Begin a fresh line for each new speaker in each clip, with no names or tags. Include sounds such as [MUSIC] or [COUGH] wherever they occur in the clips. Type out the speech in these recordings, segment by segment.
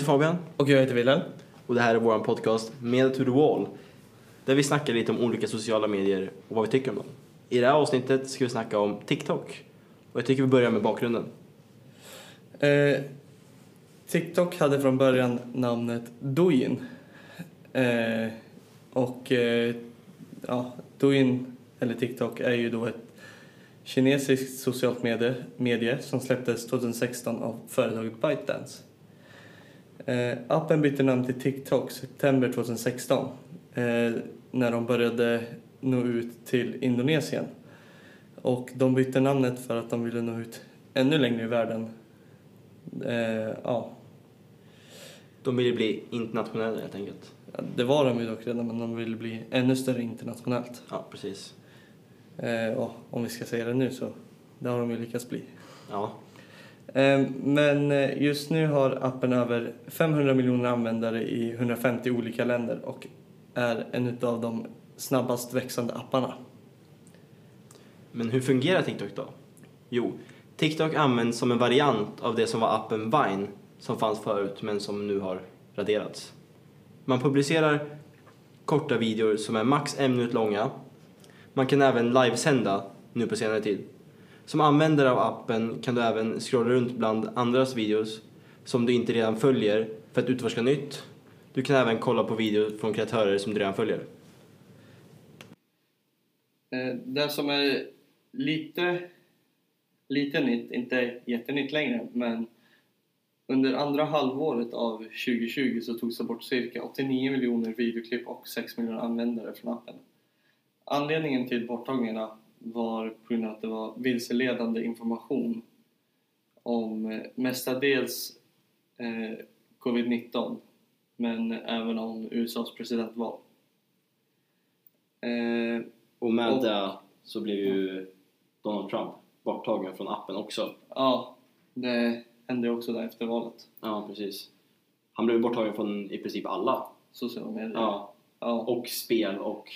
Fabian.
Och jag heter Wilhelm.
Och det här är vår podcast Med to the wall. Där vi snackar lite om olika sociala medier och vad vi tycker om dem. I det här avsnittet ska vi snacka om TikTok. Och jag tycker vi börjar med bakgrunden.
Eh, TikTok hade från början namnet Douyin. Eh, och eh, ja, Douyin, eller TikTok, är ju då ett kinesiskt socialt medie, medie som släpptes 2016 av företaget ByteDance. Eh, appen bytte namn till TikTok september 2016 eh, när de började nå ut till Indonesien. Och de bytte namnet för att de ville nå ut ännu längre i världen. Eh, ja,
De vill ju bli internationella helt enkelt.
det var de ju dock redan men de ville bli ännu större internationellt.
Ja, precis.
Eh, och om vi ska säga det nu så, det har de ju lyckats bli.
Ja,
Eh, Men eh, just nu har appen över 500 miljoner användare i 150 olika länder och är en av de snabbast växande apparna.
Men hur fungerar TikTok då? Jo, TikTok används som en variant av det som var appen Vine som fanns förut men som nu har raderats. Man publicerar korta videor som är max en minut långa. Man kan även livesända nu på senare tid. Som användare av appen kan du även scrolla runt bland andras videos som du inte redan följer för att utforska nytt. Du kan även kolla på videor från kreatörer som du redan följer.
Eh, Det som är lite, lite nytt, inte jättenytt längre, men under andra halvåret av 2020 så togs det bort cirka 89 miljoner videoklipp och 6 miljoner användare från appen. Anledningen till borttagningarna var på grund av att det var vilseledande information om eh, mestadels eh, covid-19 men även om USAs presidentval. Eh,
Och med
Och-
det så blev ju Donald Trump borttagen från appen också.
Ja, det hände ju också där efter valet.
Ja, precis. Han blev borttagen från i princip alla.
Sociala medier.
Ja.
Ja.
Och spel och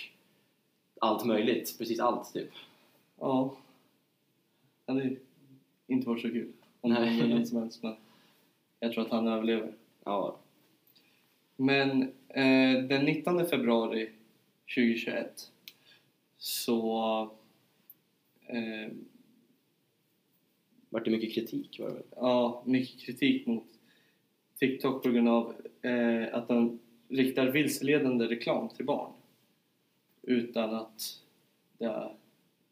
allt möjligt. Precis allt, typ.
ja. Det hade ju inte varit så kul. Om
Nej.
det var vem som helst, men jag tror att han överlever.
Ja,
Men eh, den 19 februari 2021 så... Eh,
vart det mycket kritik var det väl?
ja, mycket kritik mot TikTok på grund av eh, att den riktar vilseledande reklam till barn utan att det är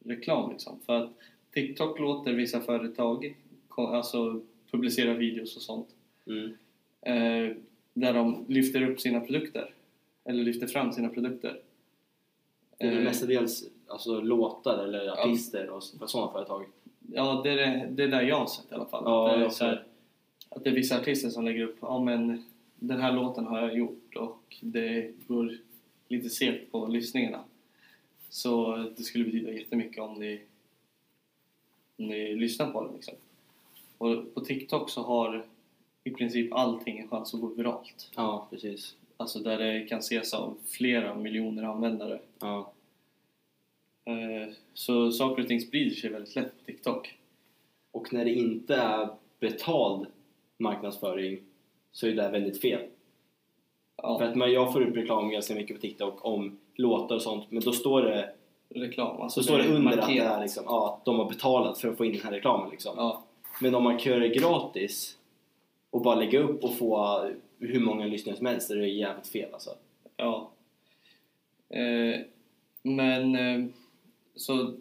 reklam liksom. För att TikTok låter vissa företag ko- alltså, publicera videos och sånt
Mm.
eh, där de lyfter upp sina produkter eller lyfter fram sina produkter.
Det är väl
Eh,
mestadels alltså, låtar eller artister och så- för sådana företag.
Ja, det är, det, det är där jag har sett i alla fall.
Ja,
att, det är
jag
så här, att det är vissa artister som lägger upp ja, men den här låten har jag gjort och det går lite segt på lyssningarna. Så det skulle betyda jättemycket om ni, om ni lyssnar på den. Liksom. Och på TikTok så har i princip allting en chans att gå viralt.
Ja, precis.
Alltså där det kan ses av flera miljoner användare.
Ja.
Eh, Så saker och ting sprider sig väldigt lätt på TikTok.
Och när det inte är betald marknadsföring så är det väldigt fel.
Ja,
För att man, jag får upp reklam ganska mycket på TikTok om låtar och sånt, men då står det
reklam. Alltså
Så står det
är
under att, det
markerat.
är liksom, ja, att de har betalat för att få in den här reklamen. Liksom.
Ja,
Men om man kör det gratis och bara lägger upp och får hur många lyssnare som helst, det är jävligt fel alltså.
ja. Eh, men eh, så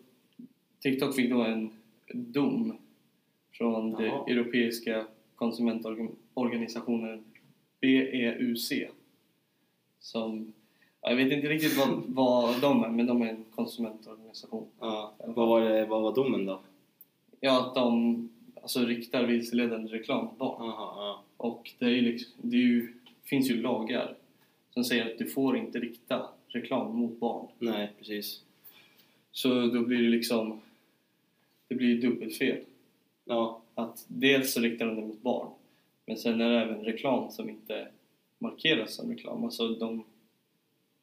TikTok fick då en dom från den
Jaha.
europeiska konsumentorganisationen BEUC. Som, ja, jag vet inte
[LAUGHS]
riktigt vad, vad de är, men de är en konsumentorganisation.
Ja. Vad, var det, vad var domen då?
Ja, att de alltså, riktar vilseledande reklam till barn.
Aha, ja.
Och det, är ju liksom, det är ju, finns ju lagar som säger att du får inte rikta reklam mot barn.
Nej, precis.
Så då blir det liksom... Det blir ju dubbelfel.
Ja,
Att dels så riktar de det mot barn, men sen är det även reklam som inte markeras som reklam. Alltså de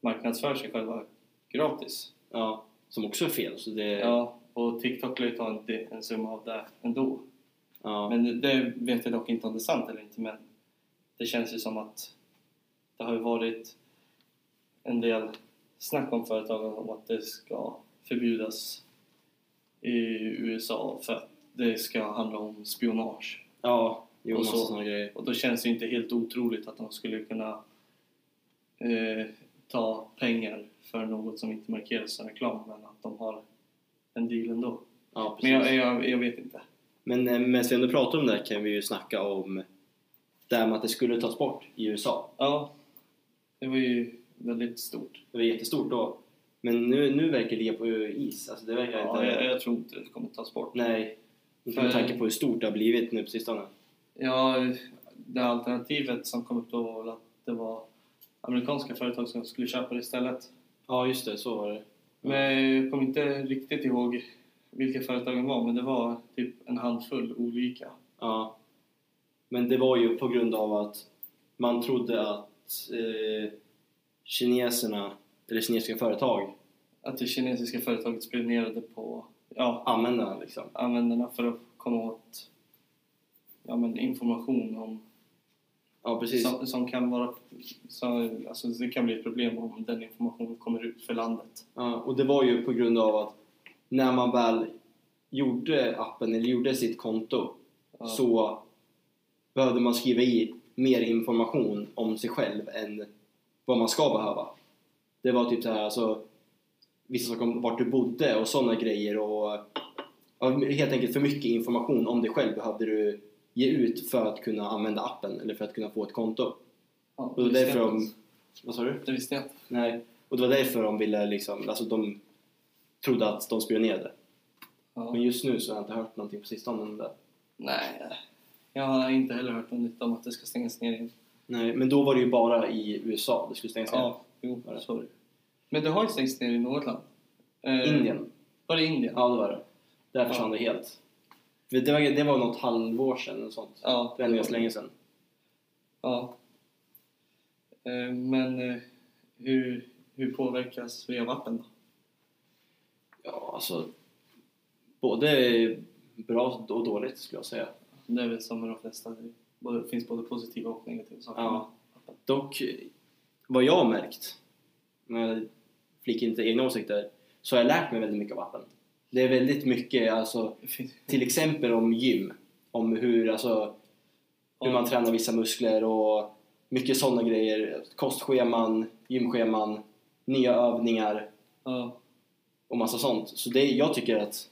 marknadsför sig själva gratis.
ja. Som också är fel. Så det, ja.
Ja, Eh, och TikTok lär ju ta en, del- en summa av det ändå. Men det vet jag dock inte om det är sant eller inte, men det Det känns ju som att det har ju varit en del snack om företagen om att det ska förbjudas i USA för att det ska handla om spionage.
Ja, jo,
och,
massa
så.
såna grejer.
och då känns det inte helt otroligt att de skulle kunna eh, ta pengar för något som inte markeras som reklam men att de har en deal ändå.
Ja, precis.
Men jag, jag, jag vet inte.
Men eh, medan vi ändå pratar om det här kan vi ju snacka om det här med att det skulle tas bort i USA.
Ja, det var ju väldigt stort.
Det var jättestort då. Men nu, nu verkar det ligga på is. Alltså det verkar
Ja,
inte...
jag, jag tror inte det kommer tas bort.
Nej. Inte
För-
med tanke på hur stort det har blivit nu på sistone.
Ja, det alternativet som kom upp då var väl att det var amerikanska företag som skulle köpa det istället.
Ja, just det. Så var det.
Men jag kommer inte riktigt ihåg vilka företagen var, men det var typ en handfull olika.
Ja. Men det var ju på grund av att man trodde att eh, kineserna, eller kinesiska företag,
Att det kinesiska företaget spionerade på ja,
använde den liksom.
användarna för att komma åt ja, men information om
Ja, precis.
Som, som kan vara, som, alltså det kan bli ett problem om den informationen kommer ut för landet.
Ja, och det var ju på grund av att när man väl gjorde appen, eller gjorde sitt konto,
Ja.
så behövde man skriva i mer information om sig själv än vad man ska behöva. Det var typ så här, alltså vissa saker om vart du bodde och sådana grejer och ja, helt enkelt för mycket information om dig själv behövde du ge ut för att kunna använda appen eller för att kunna få ett konto.
Ja,
Och det var
visste
därför
jag
de...
inte.
Vad sa du?
Det visste jag inte.
Nej, och det var därför de ville liksom, alltså de trodde att de spionerade.
Ja.
Men just nu så har jag inte hört någonting på sistone om det.
Nej, jag har inte heller hört något nytt om att det ska stängas ner igen.
Nej, men då var det ju bara i USA det skulle stängas ner.
Ja, jo, sorry. Men det har ju stängts ner i något land. Eh,
Indien.
Var det Indien?
Ja, det var det. Där försvann
Ja.
det helt. Men Det var, det var något halvår sedan eller sånt.
Ja,
Det var ändå ganska länge sedan.
Ja. Eh, men eh, hur, hur påverkas vi av appen då?
Ja, alltså. Både bra och dåligt skulle jag säga.
Det är väl som med de flesta, det både- finns både positiva och negativa saker.
Ja. Dock, vad jag har märkt, när jag flikar inte egna åsikter, så har jag lärt mig väldigt mycket av appen. Det är väldigt mycket, alltså,
Det finns-
till exempel om gym, om hur, alltså, hur man tränar vissa muskler och mycket sådana grejer. Kostscheman, gymscheman, nya övningar
Ja.
och massa sånt. Så det, jag tycker att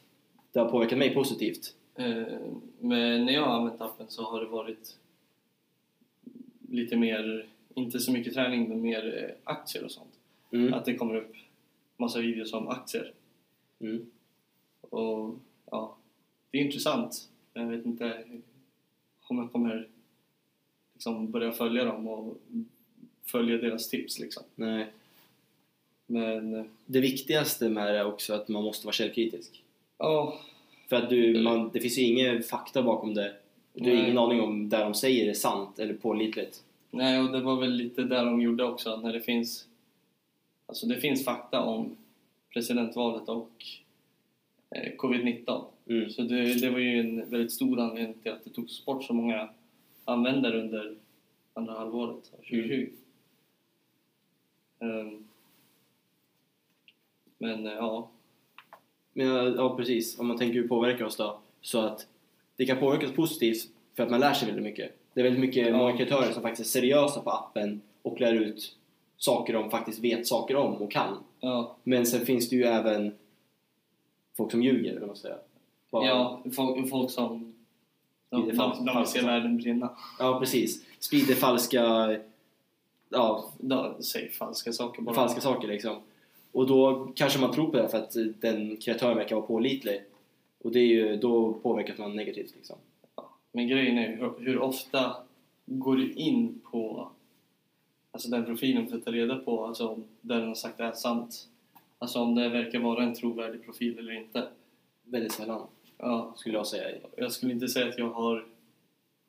det har påverkat mig positivt.
Eh, Men när jag har använt appen så har det varit lite mer, inte så mycket träning men mer eh, aktier och sånt.
Mm.
Att det kommer upp massa videos om aktier.
Mm.
Och ja, det är intressant. Men jag vet inte om jag kommer liksom börja följa dem och följa deras tips liksom.
Nej.
Men eh,
Det viktigaste med det är också att man måste vara källkritisk.
ja,
För att du, man, det finns ju ingen fakta bakom det. Du har
Mm. Nej.
ingen aning om där de säger är sant eller pålitligt.
Nej, och det var väl lite där de gjorde också, att när det finns... Alltså det finns fakta om presidentvalet och eh, covid-19.
Mm.
Så det, det var ju en väldigt stor anledning till att det togs bort så många användare under andra halvåret av
Mm.
2020. Ehm, men eh, ja,
Men ja, ja, precis. Om man tänker hur påverkar oss då. Så att det kan påverka oss positivt för att man lär sig väldigt mycket. Det är väldigt mycket
Ja.
marketörer som faktiskt är seriösa på appen och lär ut saker de faktiskt vet saker om och kan.
ja,
Men sen finns det ju även folk som ljuger, eller vad man säger. Bara-
ja folk, folk som... De,
Det
de,
är falskt-
de, vill se
falskt.
världen brinna.
ja, precis. Sprider falska... Ja,
De säger falska saker bara.
falska saker liksom. Och då kanske man tror på det för att den kreatören verkar vara pålitlig. Och det är ju, då påverkas man negativt liksom.
Men grejen är ju hur, hur ofta går du in på alltså den profilen för att ta reda på alltså, om det den har sagt är sant? Alltså om det verkar vara en trovärdig profil eller inte.
Väldigt sällan,
Ja,
skulle jag säga.
jag skulle inte säga att jag har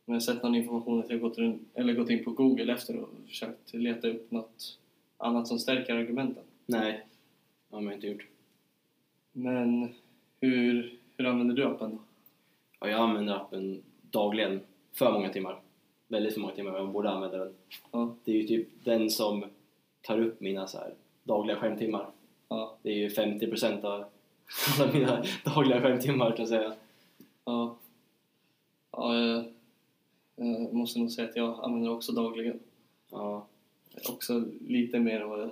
när jag sett någon information att jag gått, runt, eller gått in på Google efter och försökt leta upp något annat som stärker argumenten.
Nej, det har man inte gjort.
Men hur, hur använder du appen då?
Ja, jag använder appen dagligen, för många timmar.
väldigt för många timmar men man borde använda den.
Ja.
Det är ju typ den som tar upp mina så här, dagliga skärmtimmar.
Ja.
Det är ju 50%
[LAUGHS]
av alla mina dagliga skärmtimmar kan jag säga.
Ja. ja jag, jag måste nog säga att jag använder också dagligen.
Ja,
också lite mer än vad jag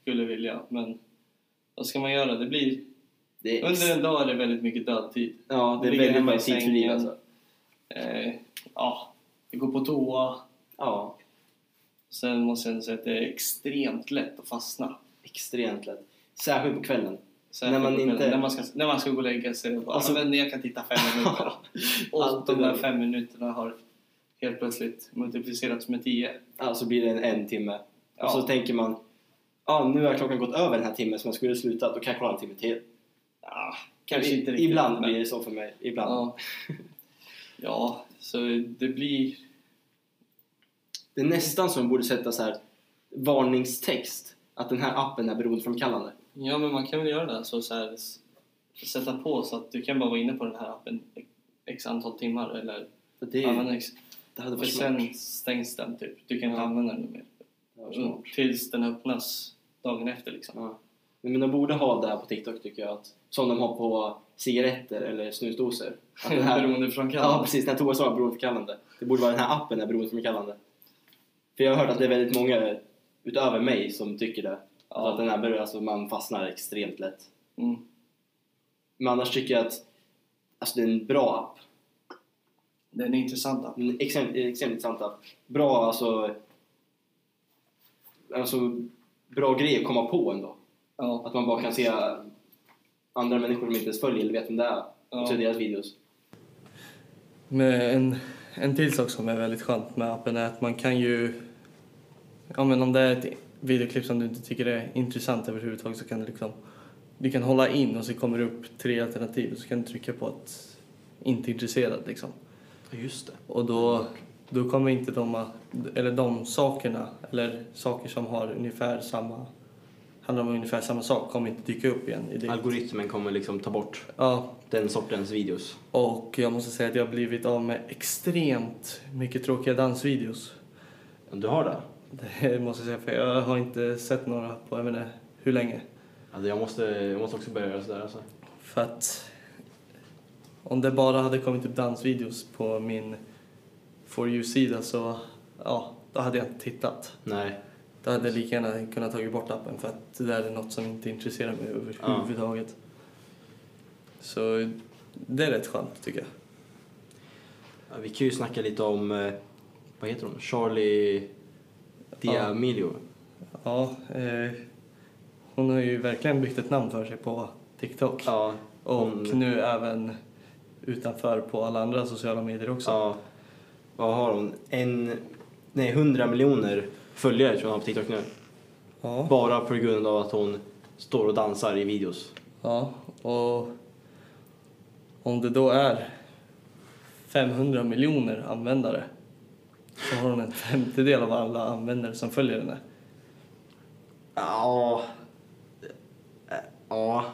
skulle vilja. Men vad ska man göra? Det blir,
det är,
under en dag är det väldigt mycket dödtid.
ja, det är
ligger
väldigt
hemma i
mycket tid för liv
sängen.
alltså.
Eh, ja, jag går på toa.
Ja,
Sen måste jag ändå säga att det är extremt lätt att fastna.
extremt
Mm.
lätt. Särskilt
[LAUGHS]
på kvällen.
Särskilt
När man
på kvällen,
inte-
när, man ska, när man ska gå och lägga sig och bara,
Alltså-
alltså, men jag kan titta fem
[LAUGHS]
minuter. och
Alltid
de där
där.
fem minuterna har helt plötsligt multiplicerats med tio.
Alltså blir det en, en timme.
Ja.
Och så tänker man, ah, nu har klockan gått över den här timmen som jag skulle sluta, då kan jag kolla en timme till.
Ja, Ah, kanske inte riktigt.
Ibland
men-
blir det så för mig. Ibland.
Ja. ja, så det blir...
Det är nästan som borde sätta så här varningstext att den här appen är beroendeframkallande.
Ja, men man kan väl göra det. här, Så, så här, s- sätta på så att du kan bara vara inne på den här appen x antal timmar eller
För det,
använda x.
det hade
För
varit smart.
sen stängs den typ. Du kan inte
Ja.
använda den mer.
Det hade varit smart.
Tills den öppnas dagen efter liksom.
Ja. Nej, Men de borde ha det här på TikTok tycker jag. Att, som de har på cigaretter eller snusdosor. Att den här,
[LAUGHS] Beroende från
ja
kanal.
precis, den här toastolen är beroendeframkallande. Det borde vara den här appen är beroendeframkallande. För jag har hört att det är väldigt många utöver mig som tycker det.
Ja.
Att den här, beror- alltså, man fastnar extremt lätt.
Mm.
Men annars tycker jag att alltså, det är en bra app.
Den är intressant. då.
En extremt, extremt intressant app. Bra alltså... Alltså bra grej att komma på ändå.
Ja.
Att man bara kan se andra människor som inte ens följer eller vet vem det är och se
Ja.
deras videos.
Men
En, en till sak som är väldigt skönt med appen är att man kan ju... Ja, men om det är ett videoklipp som du inte tycker är intressant överhuvudtaget så kan du liksom... Du kan hålla in och så kommer det upp tre alternativ och så kan du trycka på att inte intresserad liksom.
Ja, just det.
Och då, då kommer inte de, eller de sakerna, eller saker som har ungefär samma, handlar om ungefär samma sak, kommer inte dyka upp igen. I det.
Algoritmen kommer liksom ta bort
Ja,
den sortens videos.
och jag måste säga att jag har blivit av med extremt mycket tråkiga dansvideos. [LAUGHS]
Du har det?
Det måste jag säga, för jag har inte sett några på jag vet inte hur länge.
Alltså, jag, måste, jag måste också börja göra sådär alltså.
För att om det bara hade kommit upp dansvideos på min For You-sida så ja, då hade jag inte tittat.
Nej.
Då hade jag lika gärna kunnat tagit bort appen för att det där är något som inte intresserar mig
Ja.
överhuvudtaget. Så det är rätt skönt tycker jag.
Ja, Vi kan ju snacka lite om, eh, vad heter hon, Charlie D'Amelio.
Ja, eh, hon har ju verkligen byggt ett namn för sig på TikTok.
Ja.
Och
hon-
nu även utanför på alla andra sociala medier också.
ja. Vad har hon? En, nej, 100 miljoner följare tror jag hon har på TikTok nu.
Ja.
Bara på grund av att hon står och dansar i videos.
Ja, och om det då är 500 miljoner användare så har hon en femtedel av alla användare som följer henne.
Ja. Eh, Ja.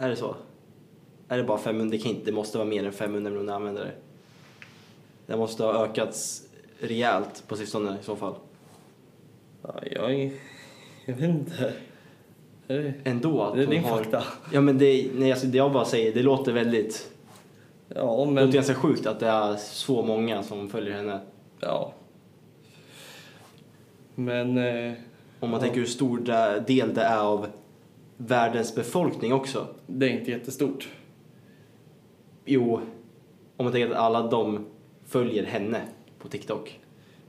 Är det så? Är det bara 500? Det, kan inte, det måste vara mer än 500 miljoner användare. Det måste ha ökats rejält på sistone i så fall.
Ja, jag, är- jag vet inte. Är det,
Ändå att
det är
hon
din
har...
fakta.
Ja men det, nej, alltså, det jag bara säger, det låter väldigt...
Ja,
Det
men...
låter ganska sjukt att det är så många som följer henne.
Ja. Men... Eh,
Om man
Ja.
tänker hur stor det- del det är av världens befolkning också.
det är inte jättestort.
Jo, om man tänker att alla de följer henne på TikTok.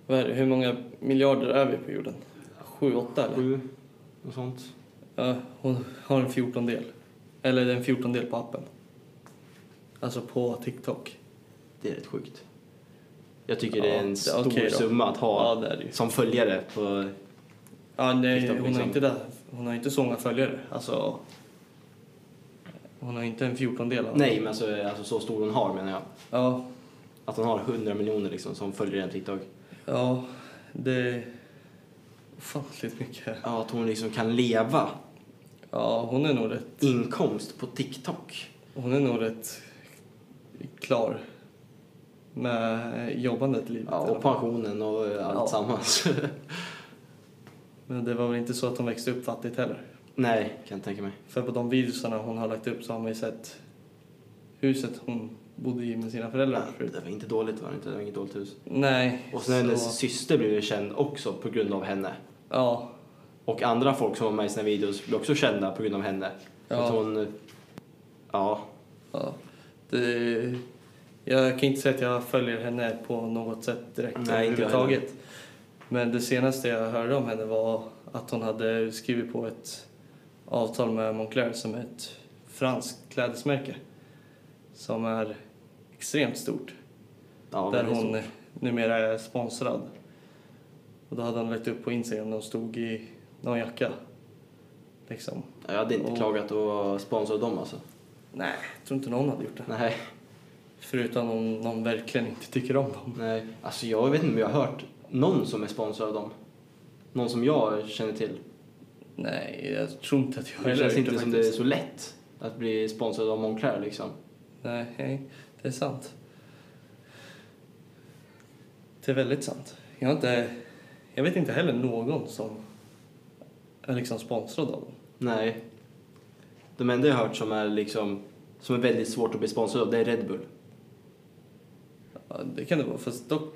Vad är det? Hur många miljarder är vi på jorden? Sju, åtta eller?
Sju, och sånt.
Ja, hon har en fjortondel. Eller det är en fjortondel på appen. Alltså på TikTok.
Det är rätt sjukt. Jag tycker det är
Ja,
en
det-
stor
okej då.
summa att
Ja,
ha
det är det ju.
som följare på...
Ja, nej,
TikTok,
hon,
liksom.
har inte det. hon har inte så många följare. Alltså, hon har inte en fjortondel av
Nej, men alltså, alltså så stor hon har menar jag.
Ja,
Att hon har 100 miljoner liksom som följer henne på TikTok.
ja, det är ofantligt mycket.
Ja, att hon liksom kan leva
Ja, hon är nog rätt,
Mm. inkomst på TikTok.
hon är nog rätt klar med jobbandet i livet.
Ja,
i alla
och
fall.
pensionen och eh, allt
Ja.
sammans.
Men det var väl inte så att hon växte upp fattigt heller.
[LAUGHS] Nej, kan jag tänka mig.
För på de videosarna hon har lagt upp så har man ju sett huset hon bodde i med sina föräldrar förut.
Det var inte dåligt var det inte? Det var inget dåligt hus.
Nej.
Ah. Och sen hennes syster blev ju känd också på grund av henne.
Ja.
Och andra folk som var med i sina videos blev också kända på grund av henne. För
Ja.
Att hon... Ja.
ja. Det, jag kan inte säga att jag följer henne på något sätt direkt
Nej, inte jag
överhuvudtaget. Men det senaste jag hörde om henne var att hon hade skrivit på ett avtal med Moncler som är ett franskt klädesmärke som är extremt stort.
ja
där
men det är
hon
så.
numera är sponsrad. Och då hade hon lagt upp på Instagram när hon stod i någon jacka. Liksom.
Ja, Jag hade inte
och-
klagat och vara sponsrad dem alltså.
Nej, jag tror inte någon hade gjort det.
Nej.
Förutom om någon verkligen inte tycker om dem.
Nej. Alltså jag vet inte om jag har hört någon som är sponsrad av dem. Någon som jag känner till.
Nej, jag tror inte att jag
Det
heller
känns
har gjort
inte som det är
faktiskt.
så lätt att bli sponsrad av Moncler liksom.
Nej, det är sant. Det är väldigt sant. Jag har inte... Jag vet inte heller någon som är liksom sponsrad av dem.
Nej. De enda jag har hört som är liksom som är väldigt svårt att bli sponsrad av det är Red Bull.
Ja, det kan det vara, fast dock...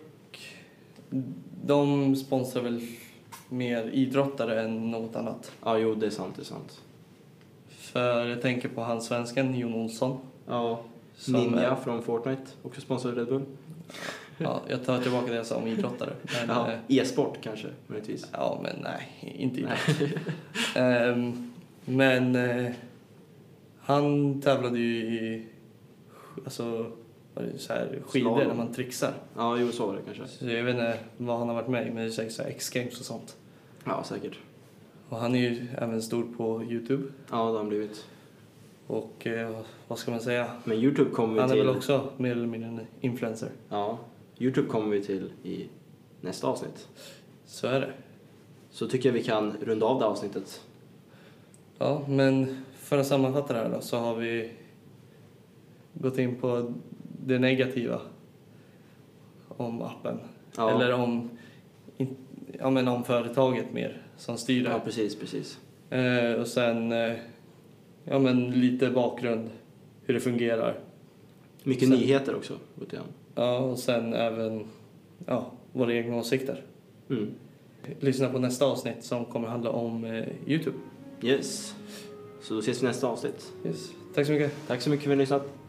De sponsrar väl mer idrottare än något annat.
Ja, jo det är sant, det är sant.
För jag tänker på han svensken Jon Olsson.
Ja,
som
Ninja
är-
från Fortnite, också sponsrad av Red Bull.
Ja, jag tar tillbaka det jag sa om idrottare.
[LAUGHS]
Men,
Ja,
eh,
E-sport kanske, möjligtvis. Typ.
ja, men nej, inte idrott. Ehm, men eh, han tävlade ju i alltså, vad är det, så här, skidor
Slalom.
när man trixar.
[LAUGHS] Ja, jo så var det kanske.
Så jag vet inte vad han har varit med i, men det är säkert så här X-games och sånt.
Ja, säkert.
Och han är ju även stor på Youtube.
Ja, det har han blivit.
Och eh, vad ska man säga?
Men Youtube kommer vi
Han är
till...
väl också mer eller mindre en influencer.
Ja, Youtube kommer vi till i nästa avsnitt.
Så är det.
Så tycker jag vi kan runda av det avsnittet.
Ja, men för att sammanfatta det här då så har vi gått in på det negativa om appen.
Ja,
Eller om, in, ja, men om företaget mer som styr det.
ja
här.
precis, precis.
Eh, och sen eh, ja, men lite bakgrund, hur det fungerar.
Mycket
Sen-
nyheter också, gått igenom.
Ja, och sen även ja, våra egna åsikter.
Mm.
Lyssna på nästa avsnitt som kommer handla om eh, Youtube.
Yes. Så då ses vi i nästa avsnitt.
Yes. Tack så mycket.
Tack så mycket för att ni har lyssnat.